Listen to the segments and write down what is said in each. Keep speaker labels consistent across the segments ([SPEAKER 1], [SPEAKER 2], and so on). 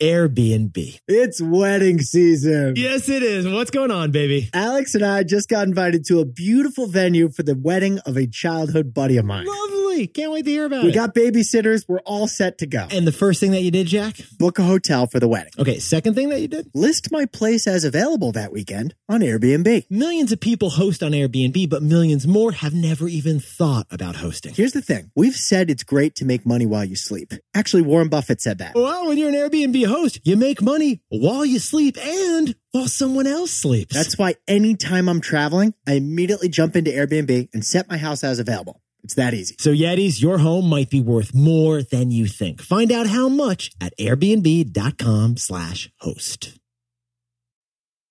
[SPEAKER 1] Airbnb.
[SPEAKER 2] It's wedding season.
[SPEAKER 1] Yes, it is. What's going on, baby?
[SPEAKER 2] Alex and I just got invited to a beautiful venue for the wedding of a childhood buddy of mine.
[SPEAKER 1] Lovely. Can't wait to hear about
[SPEAKER 2] We
[SPEAKER 1] it.
[SPEAKER 2] got babysitters. We're all set to go.
[SPEAKER 1] and the first thing that you did, Jack?
[SPEAKER 2] Book a hotel for the wedding.
[SPEAKER 1] Okay, second thing that you did?
[SPEAKER 2] List my place as available that weekend on Airbnb.
[SPEAKER 1] Millions of people host on Airbnb, but millions more have never even thought about hosting.
[SPEAKER 2] Here's the thing we've said it's great to make money while you sleep. Actually, Warren Buffett said that.
[SPEAKER 1] Well, when you're an Airbnb host, you make money while you sleep and while someone else sleeps.
[SPEAKER 2] That's why anytime I'm traveling, I immediately jump into Airbnb and set my house as available. It's that easy.
[SPEAKER 1] so Yetis, your home might be worth more than you think. Find out how much at airbnb.com slash host.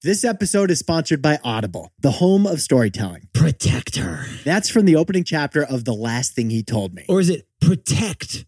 [SPEAKER 2] This episode is sponsored by Audible, the home of storytelling.
[SPEAKER 1] Protect her.
[SPEAKER 2] That's from the opening chapter of The Last Thing He Told Me.
[SPEAKER 1] Or is it protect her?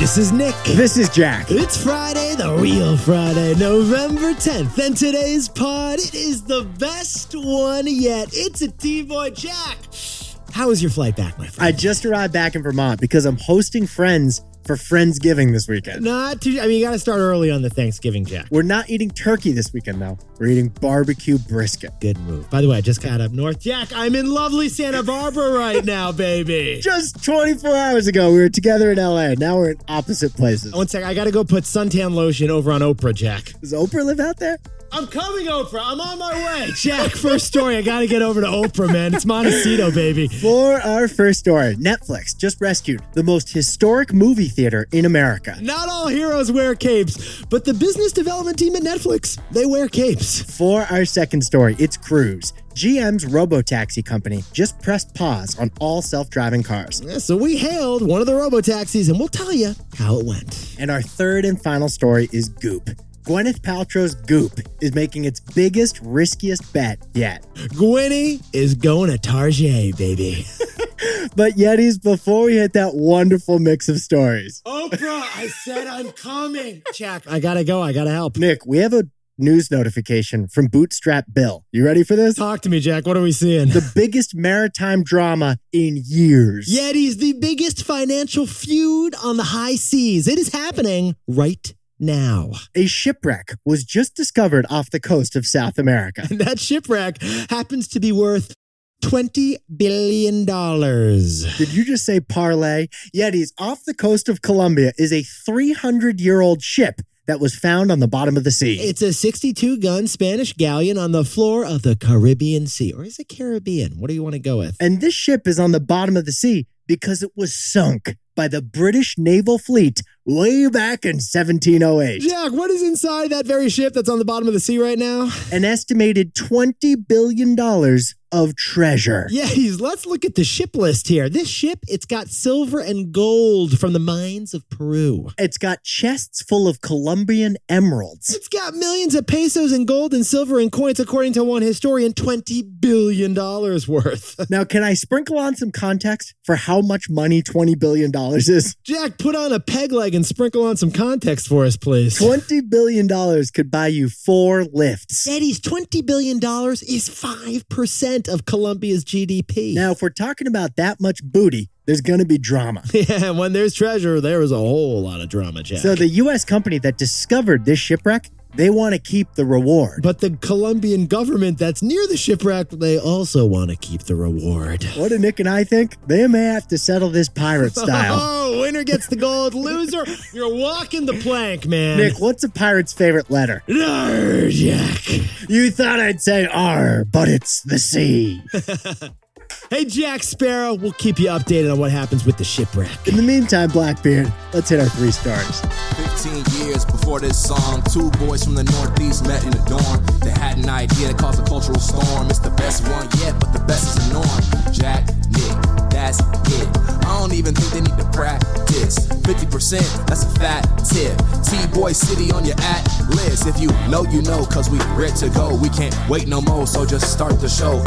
[SPEAKER 1] This is Nick.
[SPEAKER 2] This is Jack.
[SPEAKER 1] It's Friday, the real Friday, November 10th, and today's pod, it is the best one yet. It's a T-Boy Jack. How was your flight back, my
[SPEAKER 2] I
[SPEAKER 1] friend?
[SPEAKER 2] just arrived back in Vermont because I'm hosting friends for Friendsgiving this weekend.
[SPEAKER 1] Not too, I mean, you gotta start early on the Thanksgiving Jack.
[SPEAKER 2] We're not eating turkey this weekend, though. We're eating barbecue brisket.
[SPEAKER 1] Good move. By the way, I just got up north. Jack, I'm in lovely Santa Barbara right now, baby.
[SPEAKER 2] Just 24 hours ago, we were together in LA. Now we're in opposite places.
[SPEAKER 1] One sec, I gotta go put suntan lotion over on Oprah, Jack.
[SPEAKER 2] Does Oprah live out there?
[SPEAKER 1] I'm coming, Oprah. I'm on my way. Jack, first story, I gotta get over to Oprah, man. It's Montecito, baby.
[SPEAKER 2] For our first story, Netflix just rescued the most historic movie theater in America.
[SPEAKER 1] Not all heroes wear capes, but the business development team at Netflix, they wear capes.
[SPEAKER 2] For our second story, it's Cruise. GM's robotaxi company just pressed pause on all self driving cars.
[SPEAKER 1] Yeah, So we hailed one of the robotaxis and we'll tell you how it went.
[SPEAKER 2] And our third and final story is Goop. Gwyneth Paltrow's Goop is making its biggest, riskiest bet yet.
[SPEAKER 1] Gwenny is going to Target, baby.
[SPEAKER 2] But Yetis, before we hit that wonderful mix of stories,
[SPEAKER 1] Oprah, I said I'm coming. Jack, I gotta go. I gotta help.
[SPEAKER 2] Nick, we have a news notification from Bootstrap Bill. You ready for this?
[SPEAKER 1] Talk to me, Jack. What are we seeing?
[SPEAKER 2] The biggest maritime drama in years.
[SPEAKER 1] Yeti's the biggest financial feud on the high seas. It is happening right now.
[SPEAKER 2] A shipwreck was just discovered off the coast of South America.
[SPEAKER 1] And that shipwreck happens to be worth $20 billion.
[SPEAKER 2] Did you just say parlay? Yetis off the coast of Colombia is a 300 year old ship that was found on the bottom of the sea.
[SPEAKER 1] It's a 62 gun Spanish galleon on the floor of the Caribbean Sea. Or is it Caribbean? What do you want to go with?
[SPEAKER 2] And this ship is on the bottom of the sea because it was sunk by the British naval fleet way back in 1708.
[SPEAKER 1] Jack, what is inside that very ship that's on the bottom of the sea right now?
[SPEAKER 2] An estimated $20 billion of treasure.
[SPEAKER 1] Yetis, let's look at the ship list here. This ship, it's got silver and gold from the mines of Peru.
[SPEAKER 2] It's got chests full of Colombian emeralds.
[SPEAKER 1] It's got millions of pesos in gold and silver and coins, according to one historian, $20 billion worth.
[SPEAKER 2] Now, can I sprinkle on some context for how much money $20 billion is?
[SPEAKER 1] Jack, put on a peg leg and sprinkle on some context for us, please.
[SPEAKER 2] Twenty billion dollars could buy you four lifts.
[SPEAKER 1] Daddy's $20 billion is 5% of Colombia's GDP.
[SPEAKER 2] Now, if we're talking about that much booty, there's going to be drama.
[SPEAKER 1] yeah, when there's treasure, there is a whole lot of drama, Jack.
[SPEAKER 2] So, the U.S. company that discovered this shipwreck, They want to keep the reward.
[SPEAKER 1] But the Colombian government that's near the shipwreck, they also want to keep the reward.
[SPEAKER 2] What do Nick and I think? They may have to settle this pirate style.
[SPEAKER 1] Oh, winner gets the gold. Loser, you're walking the plank, man.
[SPEAKER 2] Nick, what's a pirate's favorite letter?
[SPEAKER 1] Jack.
[SPEAKER 2] You thought I'd say R, but it's the C.
[SPEAKER 1] Hey, Jack Sparrow, we'll keep you updated on what happens with the shipwreck.
[SPEAKER 2] In the meantime, Blackbeard, let's hit our three stars.
[SPEAKER 3] 15 years before this song, two boys from the Northeast met in a dorm. They had an idea that caused a cultural storm. It's the best one yet, but the best is the norm. Jack, Nick, that's it. I don't even think they need to practice. 50%, that's a fat tip. T-Boy City on your at list. If you know, you know, cause we ready to go. We can't wait no more, so just start the show.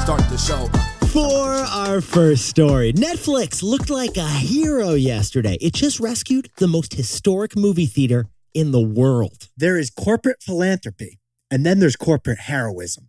[SPEAKER 3] Start the show.
[SPEAKER 1] For our first story, Netflix looked like a hero yesterday. It just rescued the most historic movie theater in the world.
[SPEAKER 2] There is corporate philanthropy, and then there's corporate heroism.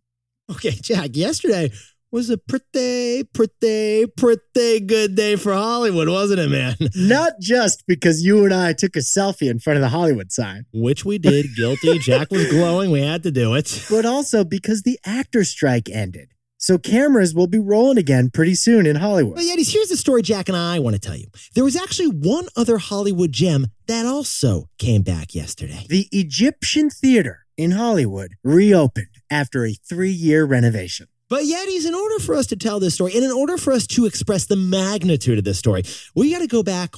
[SPEAKER 1] Okay, Jack, yesterday was a pretty, pretty, pretty good day for Hollywood, wasn't it, man?
[SPEAKER 2] Not just because you and I took a selfie in front of the Hollywood sign,
[SPEAKER 1] Which we did, guilty. Jack was glowing. We had to do it.
[SPEAKER 2] but also because the actor strike ended. So cameras will be rolling again pretty soon in Hollywood.
[SPEAKER 1] But Yetis, here's the story Jack and I want to tell you. There was actually one other Hollywood gem that also came back yesterday.
[SPEAKER 2] The Egyptian Theater in Hollywood reopened after a three year renovation.
[SPEAKER 1] But Yetis, in order for us to tell this story, and in order for us to express the magnitude of this story, we got to go back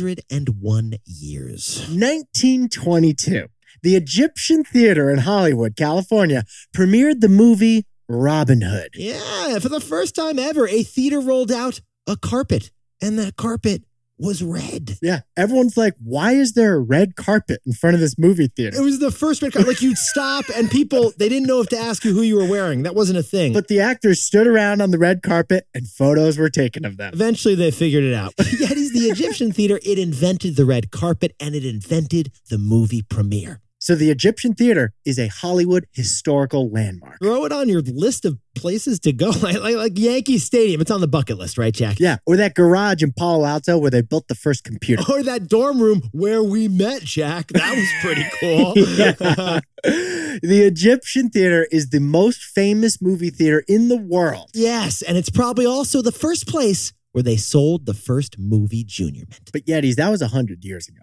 [SPEAKER 1] 101 years.
[SPEAKER 2] 1922, the Egyptian Theater in Hollywood, California, premiered the movie Robin Hood.
[SPEAKER 1] Yeah, for the first time ever, a theater rolled out a carpet, and that carpet was red.
[SPEAKER 2] Yeah, everyone's like, why is there a red carpet in front of this movie
[SPEAKER 1] It
[SPEAKER 2] theater?
[SPEAKER 1] was the first red carpet. Like you'd stop, and people they didn't know if to ask you who you were wearing. That wasn't a thing.
[SPEAKER 2] But the actors stood around on the red carpet and photos were taken of them.
[SPEAKER 1] Eventually, they figured it out. Yetis, the Egyptian theater, it invented the red carpet and it invented the movie premiere.
[SPEAKER 2] So the Egyptian Theater is a Hollywood historical landmark.
[SPEAKER 1] Throw it on your list of places to go, like, like, like Yankee Stadium. It's on the bucket list, right, Jack?
[SPEAKER 2] Yeah, or that garage in Palo Alto where they built the first computer.
[SPEAKER 1] Or that dorm room where we met, Jack. That was pretty cool.
[SPEAKER 2] Yeah. the Egyptian Theater is the most famous movie theater in the world.
[SPEAKER 1] yes, and it's probably also the first place where they sold the first movie Junior Mint.
[SPEAKER 2] But Yetis, that was 100 years ago.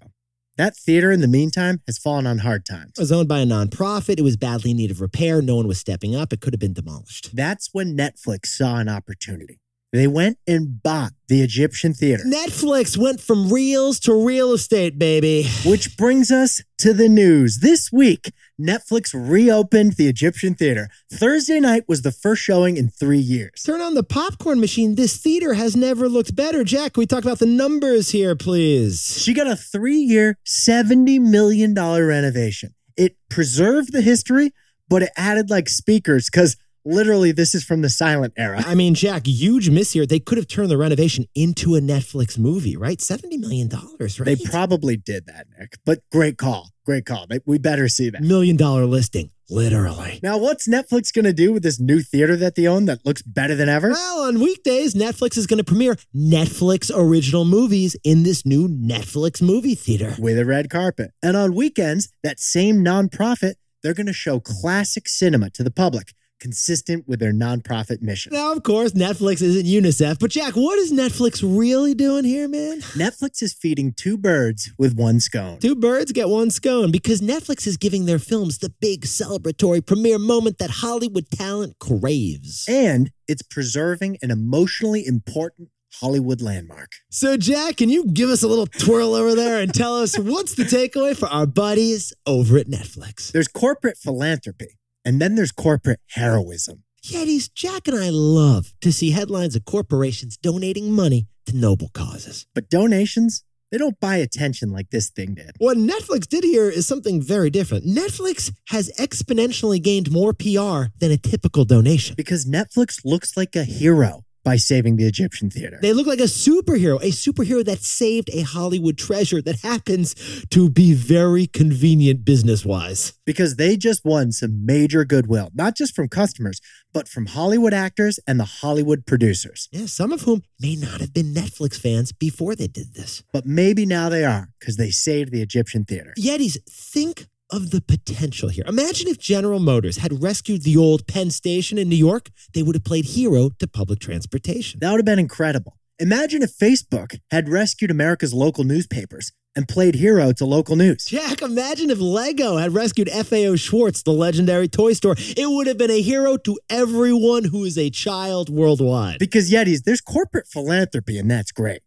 [SPEAKER 2] That theater, in the meantime, has fallen on hard times.
[SPEAKER 1] It was owned by a nonprofit. It was badly in need of repair. No one was stepping up. It could have been demolished.
[SPEAKER 2] That's when Netflix saw an opportunity. They went and bought the Egyptian Theater,
[SPEAKER 1] Netflix went from reels to real estate, baby.
[SPEAKER 2] which brings us to the news. This week, Netflix reopened the Egyptian Theater. Thursday night was the first showing in three years.
[SPEAKER 1] Turn on the popcorn machine. This theater has never looked better. Jack, can we talk about the numbers here, please.
[SPEAKER 2] She got a three year, $70 million renovation. It preserved the history, but it added like speakers because literally this is from the silent era.
[SPEAKER 1] I mean, Jack, huge miss here. They could have turned the renovation into a Netflix movie, right? $70 million, right?
[SPEAKER 2] They probably did that, Nick. But great call. Great call. They- We better see that.
[SPEAKER 1] million dollar listing, literally.
[SPEAKER 2] Now, what's Netflix going to do with this new theater that they own that looks better than ever?
[SPEAKER 1] Well, on weekdays, Netflix is going to premiere Netflix original movies in this new Netflix movie theater.
[SPEAKER 2] With a red carpet. And on weekends, that same nonprofit, they're going to show classic cinema to the public, consistent with their nonprofit mission.
[SPEAKER 1] Now, of course, Netflix isn't UNICEF, but Jack, what is Netflix really doing here, man?
[SPEAKER 2] Netflix is feeding two birds with one scone.
[SPEAKER 1] Two birds get one scone because Netflix is giving their films the big celebratory premiere moment that Hollywood talent craves.
[SPEAKER 2] And it's preserving an emotionally important Hollywood landmark.
[SPEAKER 1] So, Jack, can you give us a little twirl over there and tell us what's the takeaway for our buddies over at Netflix?
[SPEAKER 2] There's corporate philanthropy, and then there's corporate heroism.
[SPEAKER 1] Yetis, Jack and I love to see headlines of corporations donating money to noble causes.
[SPEAKER 2] But donations, they don't buy attention like this thing did.
[SPEAKER 1] What Netflix did here is something very different. Netflix has exponentially gained more PR than a typical donation.
[SPEAKER 2] Because Netflix looks like a hero by saving the Egyptian theater.
[SPEAKER 1] They look like a superhero, a superhero that saved a Hollywood treasure that happens to be very convenient business wise.
[SPEAKER 2] because they just won some major goodwill, not just from customers, but from Hollywood actors and the Hollywood producers.
[SPEAKER 1] Yeah, some of whom may not have been Netflix fans before they did this.
[SPEAKER 2] But maybe now they are because they saved the Egyptian theater.
[SPEAKER 1] Yetis, think of the potential here. Imagine if General Motors had rescued the old Penn Station in New York, they would have played hero to public transportation.
[SPEAKER 2] That would have been incredible. Imagine if Facebook had rescued America's local newspapers and played hero to local news.
[SPEAKER 1] Jack, imagine if Lego had rescued FAO Schwartz, the legendary toy store. It would have been a hero to everyone who is a child worldwide.
[SPEAKER 2] Because Yetis, there's corporate philanthropy and that's great.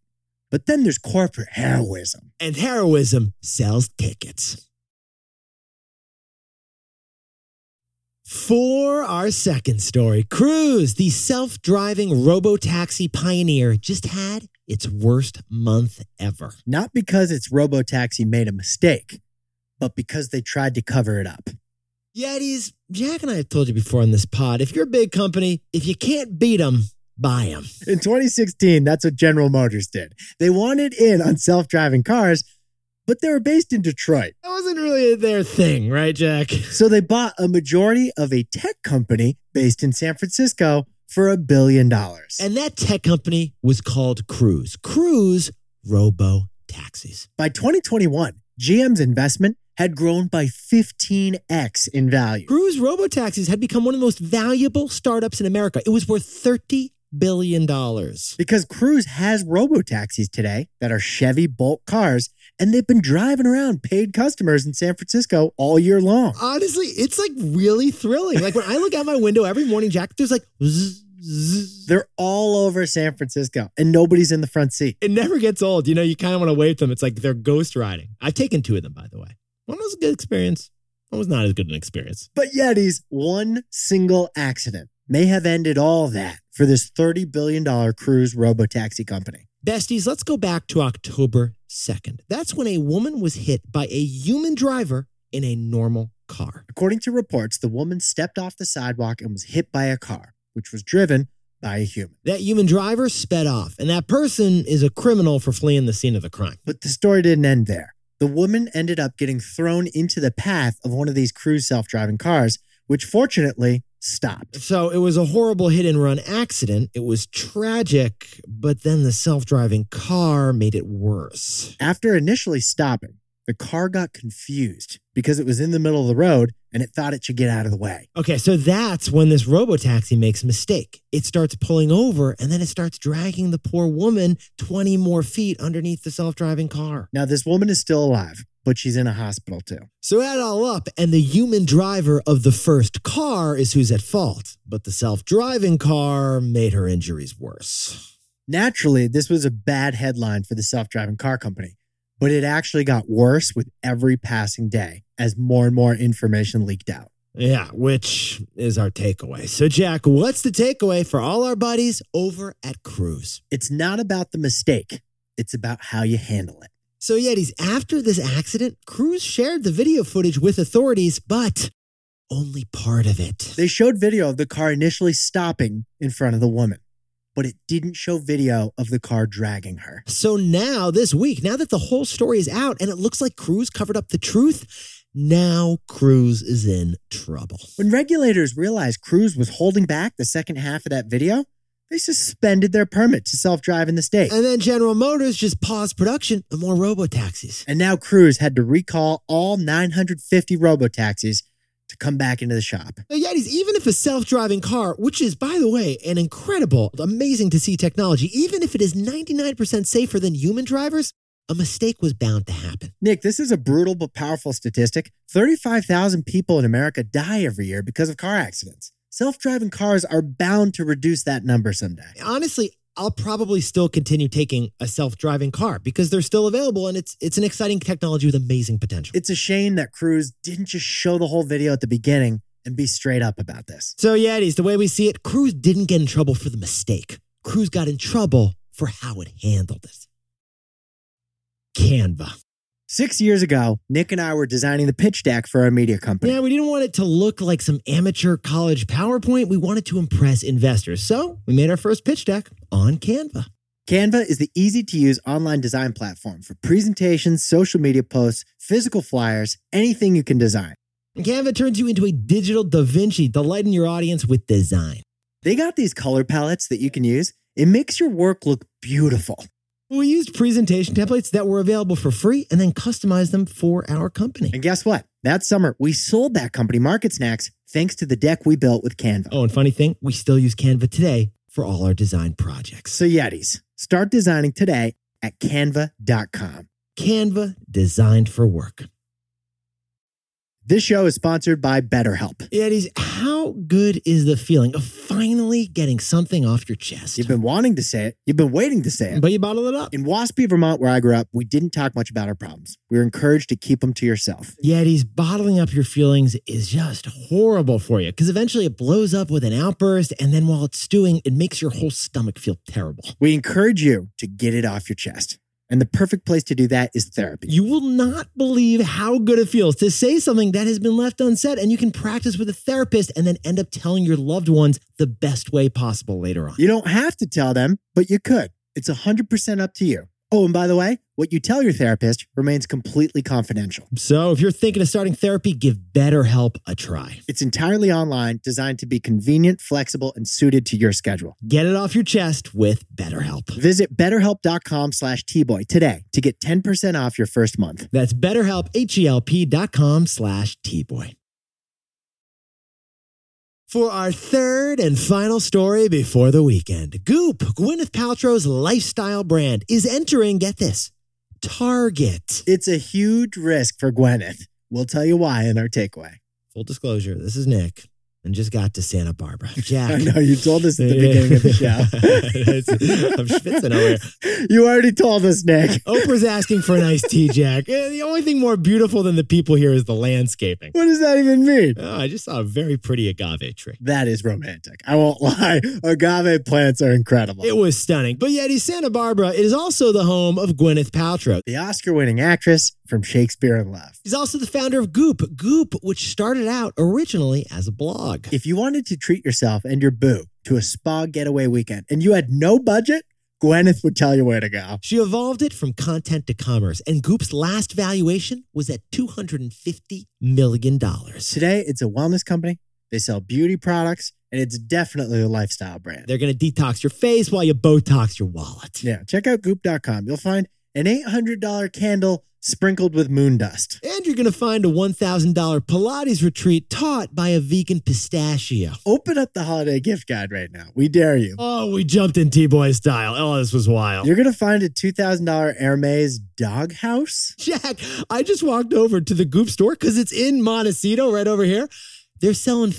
[SPEAKER 2] But then there's corporate heroism.
[SPEAKER 1] and heroism sells tickets. For our second story, Cruise, the self driving robo taxi pioneer, just had its worst month ever.
[SPEAKER 2] Not because its robotaxi made a mistake, but because they tried to cover it up.
[SPEAKER 1] Yetis, Jack and I have told you before on this pod if you're a big company, if you can't beat them, buy them.
[SPEAKER 2] In 2016, that's what General Motors did. They wanted in on self driving cars, but they were based in Detroit.
[SPEAKER 1] That wasn't really their thing, right, Jack?
[SPEAKER 2] So they bought a majority of a tech company based in San Francisco for a billion dollars. And
[SPEAKER 1] And that tech company was called Cruise. Cruise Robo Taxis.
[SPEAKER 2] by 2021, GM's investment had grown by 15x in value.
[SPEAKER 1] Cruise Robotaxis had become one of the most valuable startups in America. It was worth $30 billion.
[SPEAKER 2] Because Cruise has robotaxis today that are Chevy Bolt cars, and they've been driving around paid customers in San Francisco all year long.
[SPEAKER 1] Honestly, it's like really thrilling. Like when I look out my window every morning, Jack, there's like, zzz, zzz.
[SPEAKER 2] They're all over San Francisco, and nobody's in the front seat.
[SPEAKER 1] it never gets old. You know, you kind of want to wave to them. It's like they're ghost riding. I've taken two of them, by the way. One was a good experience, one was not as good an experience.
[SPEAKER 2] But Yeti's one single accident may have ended all that for this $30 billion cruise robotaxi company.
[SPEAKER 1] Besties, let's go back to October 2nd. That's when a woman was hit by a human driver in a normal car.
[SPEAKER 2] According to reports, the woman stepped off the sidewalk and was hit by a car, which was driven by a human.
[SPEAKER 1] That human driver sped off, and that person is a criminal for fleeing the scene of the crime.
[SPEAKER 2] But the story didn't end there. The woman ended up getting thrown into the path of one of these cruise self driving cars, which fortunately stopped.
[SPEAKER 1] So it was a horrible hit and run accident. It was tragic, but then the self driving car made it worse.
[SPEAKER 2] After initially stopping, the car got confused because it was in the middle of the road and it thought it should get out of the way.
[SPEAKER 1] Okay, so that's when this robotaxi makes a mistake. It starts pulling over and then it starts dragging the poor woman 20 more feet underneath the self driving car.
[SPEAKER 2] Now, this woman is still alive, but she's in a hospital too.
[SPEAKER 1] So add it all up, and the human driver of the first car is who's at fault, but the self driving car made her injuries worse.
[SPEAKER 2] Naturally, this was a bad headline for the self driving car company, but it actually got worse with every passing day as more and more information leaked out.
[SPEAKER 1] Yeah, which is our takeaway. So, Jack, what's the takeaway for all our buddies over at Cruise?
[SPEAKER 2] It's not about the mistake, it's about how you handle it.
[SPEAKER 1] So, Yetis, after this accident, Cruise shared the video footage with authorities, but only part of it.
[SPEAKER 2] They showed video of the car initially stopping in front of the woman, but it didn't show video of the car dragging her.
[SPEAKER 1] So now, this week, now that the whole story is out and it looks like Cruz covered up the truth, now Cruz is in trouble.
[SPEAKER 2] When regulators realized Cruz was holding back the second half of that video, they suspended their permit to self drive in the state.
[SPEAKER 1] And then General Motors just paused production of more robotaxis.
[SPEAKER 2] And now Cruz had to recall all 950 robotaxis to come back into the shop.
[SPEAKER 1] Now, Yetis, even if a self driving car, which is, by the way, an incredible, amazing to see technology, even if it is 99% safer than human drivers, a mistake was bound to happen.
[SPEAKER 2] Nick, this is a brutal but powerful statistic. 35,000 people in America die every year because of car accidents. Self driving cars are bound to reduce that number someday.
[SPEAKER 1] Honestly, I'll probably still continue taking a self driving car because they're still available and it's, it's an exciting technology with amazing potential.
[SPEAKER 2] It's a shame that Cruz didn't just show the whole video at the beginning and be straight up about this.
[SPEAKER 1] So, Yetis, the way we see it, Cruz didn't get in trouble for the mistake. Cruz got in trouble for how it handled it. Canva.
[SPEAKER 2] Six years ago, Nick and I were designing the pitch deck for our media company.
[SPEAKER 1] Yeah, we didn't want it to look like some amateur college PowerPoint. We wanted to impress investors. So we made our first pitch deck on Canva.
[SPEAKER 2] Canva is the easy to use online design platform for presentations, social media posts, physical flyers, anything you can design.
[SPEAKER 1] And Canva turns you into a digital Da Vinci, delighting your audience with design.
[SPEAKER 2] They got these color palettes that you can use. It makes your work look beautiful.
[SPEAKER 1] We used presentation templates that were available for free and then customized them for our company.
[SPEAKER 2] And guess what? That summer, we sold that company, Market Snacks, thanks to the deck we built with Canva.
[SPEAKER 1] Oh, and funny thing, we still use Canva today for all our design projects.
[SPEAKER 2] So, Yetis, start designing today at canva.com.
[SPEAKER 1] Canva designed for work.
[SPEAKER 2] This show is sponsored by BetterHelp.
[SPEAKER 1] Yetis, how good is the feeling of finally getting something off your chest?
[SPEAKER 2] You've been wanting to say it, you've been waiting to say it.
[SPEAKER 1] But you bottle it up.
[SPEAKER 2] In Waspy, Vermont, where I grew up, we didn't talk much about our problems. We were encouraged to keep them to yourself.
[SPEAKER 1] Yetis, bottling up your feelings is just horrible for you because eventually it blows up with an outburst. And then while it's stewing, it makes your whole stomach feel terrible.
[SPEAKER 2] We encourage you to get it off your chest. And the perfect place to do that is therapy.
[SPEAKER 1] You will not believe how good it feels to say something that has been left unsaid, and you can practice with a therapist and then end up telling your loved ones the best way possible later on.
[SPEAKER 2] You don't have to tell them, but you could. It's 100% up to you. Oh, and by the way, what you tell your therapist remains completely confidential.
[SPEAKER 1] So if you're thinking of starting therapy, give BetterHelp a try.
[SPEAKER 2] It's entirely online, designed to be convenient, flexible, and suited to your schedule.
[SPEAKER 1] Get it off your chest with BetterHelp.
[SPEAKER 2] Visit betterhelp.com slash tboy today to get 10% off your first month.
[SPEAKER 1] That's BetterHelp, H-E-L-P dot com slash T-Boy. For our third and final story before the weekend, Goop, Gwyneth Paltrow's lifestyle brand, is entering, get this, Target.
[SPEAKER 2] It's a huge risk for Gwyneth. We'll tell you why in our takeaway.
[SPEAKER 1] Full disclosure, this is Nick and just got to Santa Barbara. Jack.
[SPEAKER 2] I know you told us at the beginning of the
[SPEAKER 1] It's-
[SPEAKER 2] show.
[SPEAKER 1] I'm schwitzing over here.
[SPEAKER 2] You already told us, Nick.
[SPEAKER 1] Oprah's asking for an iced tea, Jack. Eh, The only thing more beautiful than the people here is the landscaping.
[SPEAKER 2] What does that even mean?
[SPEAKER 1] Oh, I just saw a very pretty agave tree.
[SPEAKER 2] That is romantic. I won't lie. Agave plants are incredible.
[SPEAKER 1] It was stunning. But yet, he's Santa Barbara It is also the home of Gwyneth Paltrow.
[SPEAKER 2] the Oscar winning actress from Shakespeare in Love.
[SPEAKER 1] He's also the founder of Goop, Goop, which started out originally as a blog.
[SPEAKER 2] If you wanted to treat yourself and your boo to a spa getaway weekend and you had no budget, Gwyneth would tell you where to go.
[SPEAKER 1] She evolved it from content to commerce, and Goop's last valuation was at $250 million.
[SPEAKER 2] Today, it's a wellness company. They sell beauty products, and it's definitely a lifestyle brand.
[SPEAKER 1] They're going to detox your face while you Botox your wallet.
[SPEAKER 2] Yeah, check out goop.com. You'll find an $800 candle sprinkled with moon dust.
[SPEAKER 1] And you're going to find a $1,000 Pilates retreat taught by a vegan pistachio.
[SPEAKER 2] Open up the holiday gift guide right now. We dare you.
[SPEAKER 1] Oh, we jumped in T-Boy style. Oh, this was wild.
[SPEAKER 2] You're going to find a $2,000 Hermes dog house.
[SPEAKER 1] Jack, I just walked over to the Goop store because it's in Montecito right over here. They're selling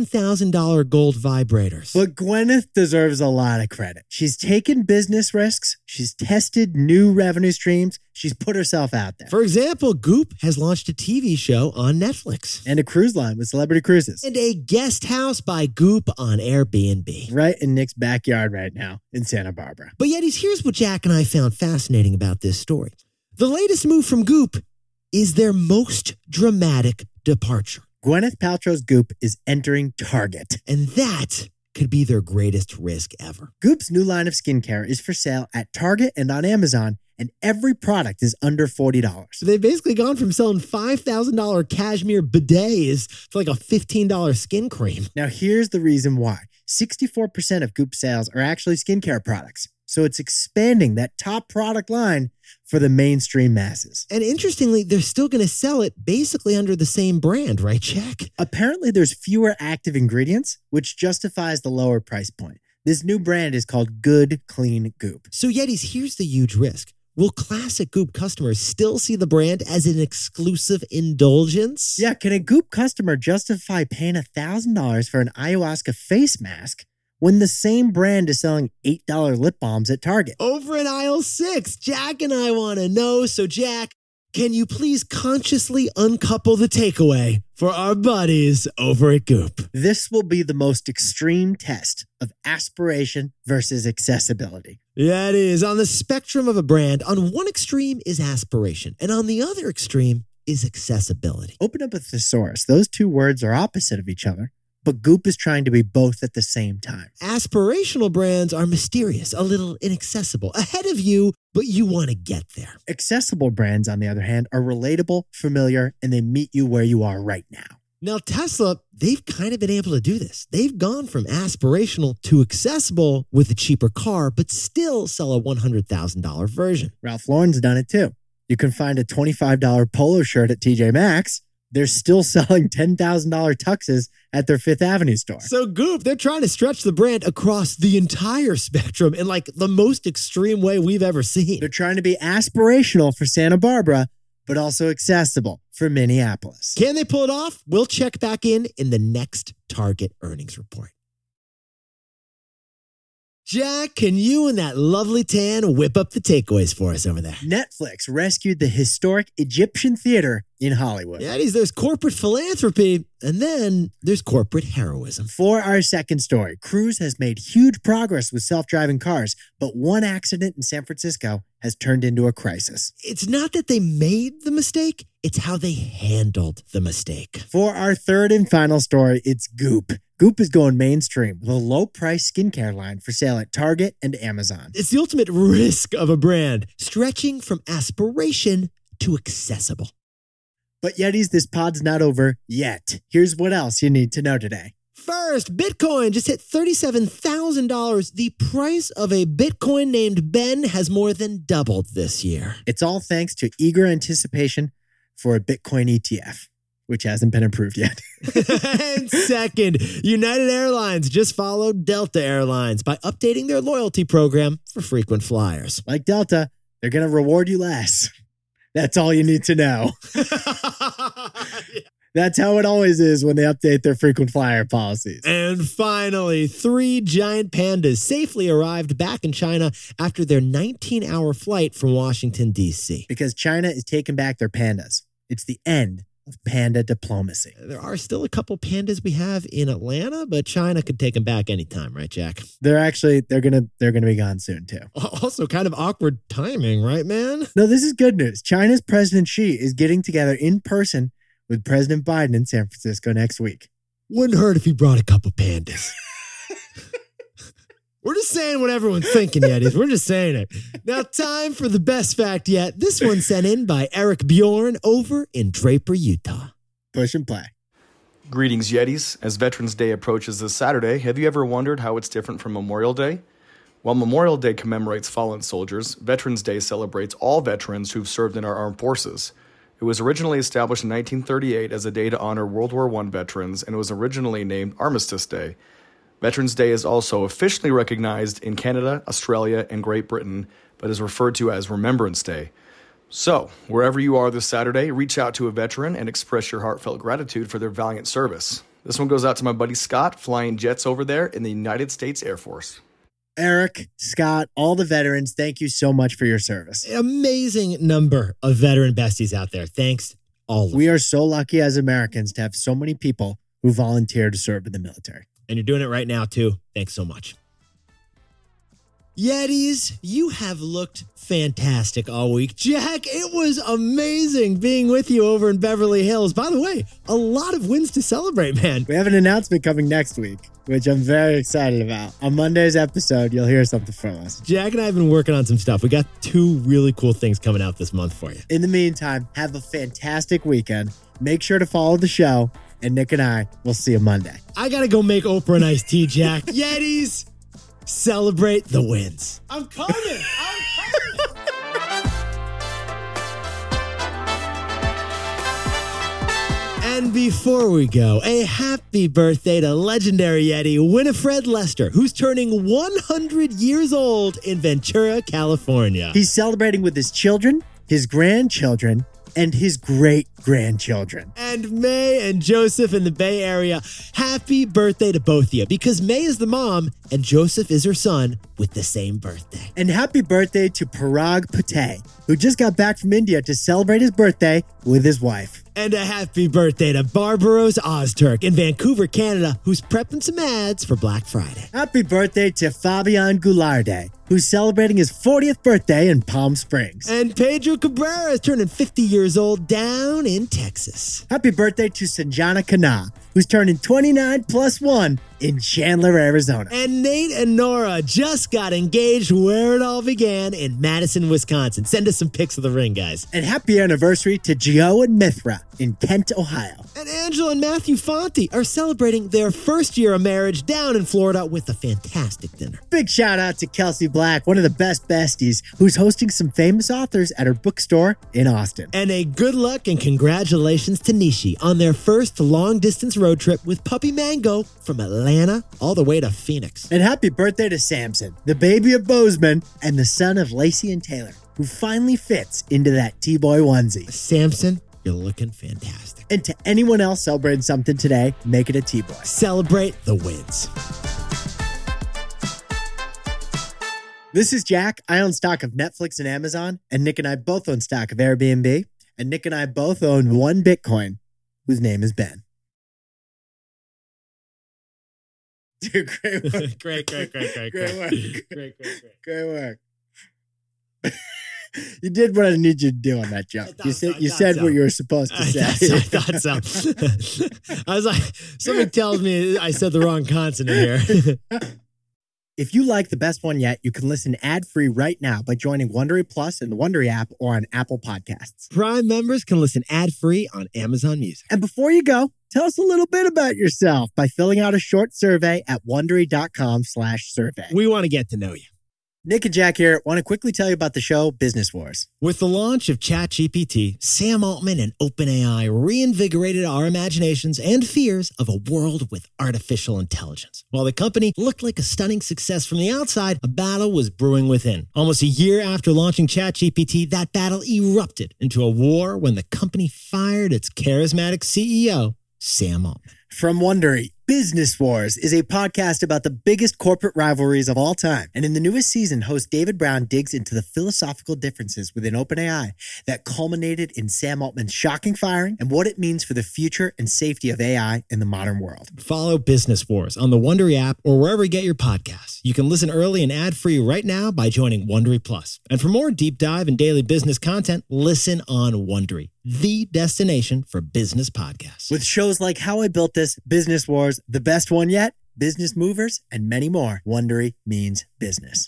[SPEAKER 1] $15,000 gold vibrators.
[SPEAKER 2] But Gwyneth deserves a lot of credit. She's taken business risks, she's tested new revenue streams, she's put herself out there.
[SPEAKER 1] For example, Goop has launched a TV show on Netflix
[SPEAKER 2] and a cruise line with Celebrity Cruises.
[SPEAKER 1] and a guest house by Goop on Airbnb.
[SPEAKER 2] Right in Nick's backyard right now in Santa Barbara.
[SPEAKER 1] But yet, here's what Jack and I found fascinating about this story. The latest move from Goop is their most dramatic departure,
[SPEAKER 2] Gwyneth Paltrow's Goop is entering Target.
[SPEAKER 1] and that could be their greatest risk ever.
[SPEAKER 2] Goop's new line of skincare is for sale at Target and on Amazon, and every product is under $40.
[SPEAKER 1] So they've basically gone from selling $5,000 cashmere bidets to like a $15 skin cream.
[SPEAKER 2] Now, here's the reason why 64% of Goop sales are actually skincare products. So it's expanding that top product line for the mainstream masses.
[SPEAKER 1] And interestingly, they're still going to sell it basically under the same brand, right, Jack?
[SPEAKER 2] Apparently, there's fewer active ingredients, which justifies the lower price point. This new brand is called Good Clean Goop.
[SPEAKER 1] So, Yetis, here's the huge risk. Will classic Goop customers still see the brand as an exclusive indulgence?
[SPEAKER 2] Yeah, can a Goop customer justify paying $1,000 for an ayahuasca face mask when the same brand is selling $8 lip balms at Target?
[SPEAKER 1] Over in aisle six, Jack and I want to know. So, Jack, Can you please consciously uncouple the takeaway for our buddies over at Goop?
[SPEAKER 2] This will be the most extreme test of aspiration versus accessibility.
[SPEAKER 1] Yeah, it is. On the spectrum of a brand, on one extreme is aspiration, and on the other extreme is accessibility.
[SPEAKER 2] Open up a thesaurus. Those two words are opposite of each other, but Goop is trying to be both at the same time.
[SPEAKER 1] Aspirational brands are mysterious, a little inaccessible, ahead of you, but you want to get there.
[SPEAKER 2] Accessible brands, on the other hand, are relatable, familiar, and they meet you where you are right now.
[SPEAKER 1] Now, Tesla, they've kind of been able to do this. They've gone from aspirational to accessible with a cheaper car, but still sell a $100,000 version.
[SPEAKER 2] Ralph Lauren's done it too. You can find a $25 polo shirt at TJ Maxx. They're still selling $10,000 tuxes at their Fifth Avenue store.
[SPEAKER 1] So, Goop, they're trying to stretch the brand across the entire spectrum in like the most extreme way we've ever seen.
[SPEAKER 2] They're trying to be aspirational for Santa Barbara, but also accessible for Minneapolis.
[SPEAKER 1] Can they pull it off? We'll check back in in the next Target earnings report. Jack, can you and that lovely tan whip up the takeaways for us over there?
[SPEAKER 2] Netflix rescued the historic Egyptian theater in Hollywood.
[SPEAKER 1] Yeah, it is. There's corporate philanthropy, and then there's corporate heroism.
[SPEAKER 2] For our second story, Cruise has made huge progress with self driving cars, but one accident in San Francisco has turned into a crisis.
[SPEAKER 1] It's not that they made the mistake, it's how they handled the mistake.
[SPEAKER 2] For our third and final story, it's Goop. Goop is going mainstream with a low price skincare line for sale at Target and Amazon.
[SPEAKER 1] It's the ultimate risk of a brand stretching from aspiration to accessible.
[SPEAKER 2] But Yetis, this pod's not over yet. Here's what else you need to know today.
[SPEAKER 1] First, Bitcoin just hit $37,000. The price of a Bitcoin named Ben has more than doubled this year.
[SPEAKER 2] It's all thanks to eager anticipation for a Bitcoin ETF, which hasn't been approved yet.
[SPEAKER 1] and second, United Airlines just followed Delta Airlines by updating their loyalty program for frequent flyers.
[SPEAKER 2] Like Delta, they're going to reward you less. That's all you need to know. That's how it always is when they update their frequent flyer policies.
[SPEAKER 1] And finally, three giant pandas safely arrived back in China after their 19 hour flight from Washington, D.C.
[SPEAKER 2] Because China is taking back their pandas. It's the end of panda diplomacy.
[SPEAKER 1] There are still a couple pandas we have in Atlanta, but China could take them back anytime, right, Jack?
[SPEAKER 2] They're actually they're going to they're going to be gone soon too.
[SPEAKER 1] Also, kind of awkward timing, right, man?
[SPEAKER 2] No, this is good news. China's President Xi is getting together in person with President Biden in San Francisco next week.
[SPEAKER 1] Wouldn't hurt if he brought a couple pandas. We're just saying what everyone's thinking, Yetis. We're just saying it. Now, time for the best fact yet. This one sent in by Eric Bjorn over in Draper, Utah.
[SPEAKER 2] Push and play.
[SPEAKER 4] Greetings, Yetis. As Veterans Day approaches this Saturday, have you ever wondered how it's different from Memorial Day? While Memorial Day commemorates fallen soldiers, Veterans Day celebrates all veterans who've served in our armed forces. It was originally established in 1938 as a day to honor World War I veterans and was originally named Armistice Day. Veterans Day is also officially recognized in Canada, Australia, and Great Britain, but is referred to as Remembrance Day. So, wherever you are this Saturday, reach out to a veteran and express your heartfelt gratitude for their valiant service. This one goes out to my buddy Scott, flying jets over there in the United States Air Force.
[SPEAKER 2] Eric, Scott, all the veterans, thank you so much for your service.
[SPEAKER 1] Amazing number of veteran besties out there. Thanks, all of you.
[SPEAKER 2] We are so lucky as Americans to have so many people who volunteer to serve in the military.
[SPEAKER 1] And you're doing it right now, too. Thanks so much. Yetis, you have looked fantastic all week. Jack, it was amazing being with you over in Beverly Hills. By the way, a lot of wins to celebrate, man.
[SPEAKER 2] We have an announcement coming next week, which I'm very excited about. On Monday's episode, you'll hear something from us.
[SPEAKER 1] Jack and I have been working on some stuff. We got two really cool things coming out this month for you.
[SPEAKER 2] In the meantime, have a fantastic weekend. Make sure to follow the show, and Nick and I will see you Monday.
[SPEAKER 1] I gotta go make Oprah an iced tea, Jack. Yetis, celebrate the wins. I'm coming. I'm coming. And before we go, a happy birthday to legendary Yeti Winifred Lester, who's turning 100 years old in Ventura, California.
[SPEAKER 2] He's celebrating with his children, his grandchildren, and his great grandchildren.
[SPEAKER 1] and May and Joseph in the Bay Area. Happy birthday to both of you because May is the mom and Joseph is her son with the same birthday.
[SPEAKER 2] And happy birthday to Parag Pate, who just got back from India to celebrate his birthday with his wife.
[SPEAKER 1] And a happy birthday to Barbaros Ozturk in Vancouver, Canada, who's prepping some ads for Black Friday.
[SPEAKER 2] Happy birthday to Fabian Goularde, who's celebrating his 40th birthday in Palm Springs.
[SPEAKER 1] And Pedro Cabrera is turning 50 years old down in Texas.
[SPEAKER 2] Happy birthday to Sanjana Kana, who's turning 29 plus 1 in Chandler, Arizona.
[SPEAKER 1] And Nate and Nora just got engaged where it all began in Madison, Wisconsin. Send us some pics of the ring, guys.
[SPEAKER 2] And happy anniversary to Gio and Mithra in Kent, Ohio.
[SPEAKER 1] And Angela and Matthew Fonte are celebrating their first year of marriage down in Florida with a fantastic dinner.
[SPEAKER 2] Big shout out to Kelsey Black, one of the best besties, who's hosting some famous authors at her bookstore in Austin.
[SPEAKER 1] And a good luck and congratulations to Nishi on their first long distance road trip with Puppy Mango from Atlanta all the way to Phoenix.
[SPEAKER 2] And happy birthday to Samson, the baby of Bozeman and the son of Lacey and Taylor, who finally fits into that T Boy onesie.
[SPEAKER 1] Samson, you're looking fantastic.
[SPEAKER 2] And to anyone else celebrating something today, make it a T Boy.
[SPEAKER 1] Celebrate the wins.
[SPEAKER 2] This is Jack. I own stock of Netflix and Amazon, and Nick and I both own stock of Airbnb, and Nick and I both own one Bitcoin, whose name is Ben. Dude, great work.
[SPEAKER 1] great, great, great, great,
[SPEAKER 2] Great work.
[SPEAKER 1] great, great, great.
[SPEAKER 2] Great work. you did what I need you to do on that
[SPEAKER 1] I
[SPEAKER 2] joke.
[SPEAKER 1] thought
[SPEAKER 2] You
[SPEAKER 1] so,
[SPEAKER 2] said
[SPEAKER 1] I
[SPEAKER 2] you
[SPEAKER 1] thought
[SPEAKER 2] said
[SPEAKER 1] so.
[SPEAKER 2] what you were supposed to
[SPEAKER 1] I thought so. I
[SPEAKER 2] say.
[SPEAKER 1] thought so. I was like, something tells me I said the wrong consonant here.
[SPEAKER 2] If you like the best one yet, you can listen ad free right now by joining Wondery Plus in the Wondery app or on Apple Podcasts.
[SPEAKER 1] Prime members can listen ad free on Amazon Music.
[SPEAKER 2] And before you go, tell us a little bit about yourself by filling out a short survey at wondery.com/survey.
[SPEAKER 1] We want to get to know you.
[SPEAKER 2] Nick and Jack here want to quickly tell you about the show Business Wars.
[SPEAKER 1] With the launch of ChatGPT, Sam Altman and OpenAI reinvigorated our imaginations and fears of a world with artificial intelligence. While the company looked like a stunning success from the outside, a battle was brewing within. Almost a year after launching ChatGPT, that battle erupted into a war when the company fired its charismatic CEO, Sam Altman.
[SPEAKER 2] From Wondery, Business Wars is a podcast about the biggest corporate rivalries of all time. And in the newest season, host David Brown digs into the philosophical differences within OpenAI that culminated in Sam Altman's shocking firing and what it means for the future and safety of AI in the modern world.
[SPEAKER 1] Follow Business Wars on the Wondery app or wherever you get your podcasts. You can listen early and ad-free right now by joining Wondery Plus. And for more deep dive and daily business content, listen on Wondery, the destination for business podcasts.
[SPEAKER 2] With shows like How I Built This, Business Wars, The Best One Yet, Business Movers, and many more, Wondery means business.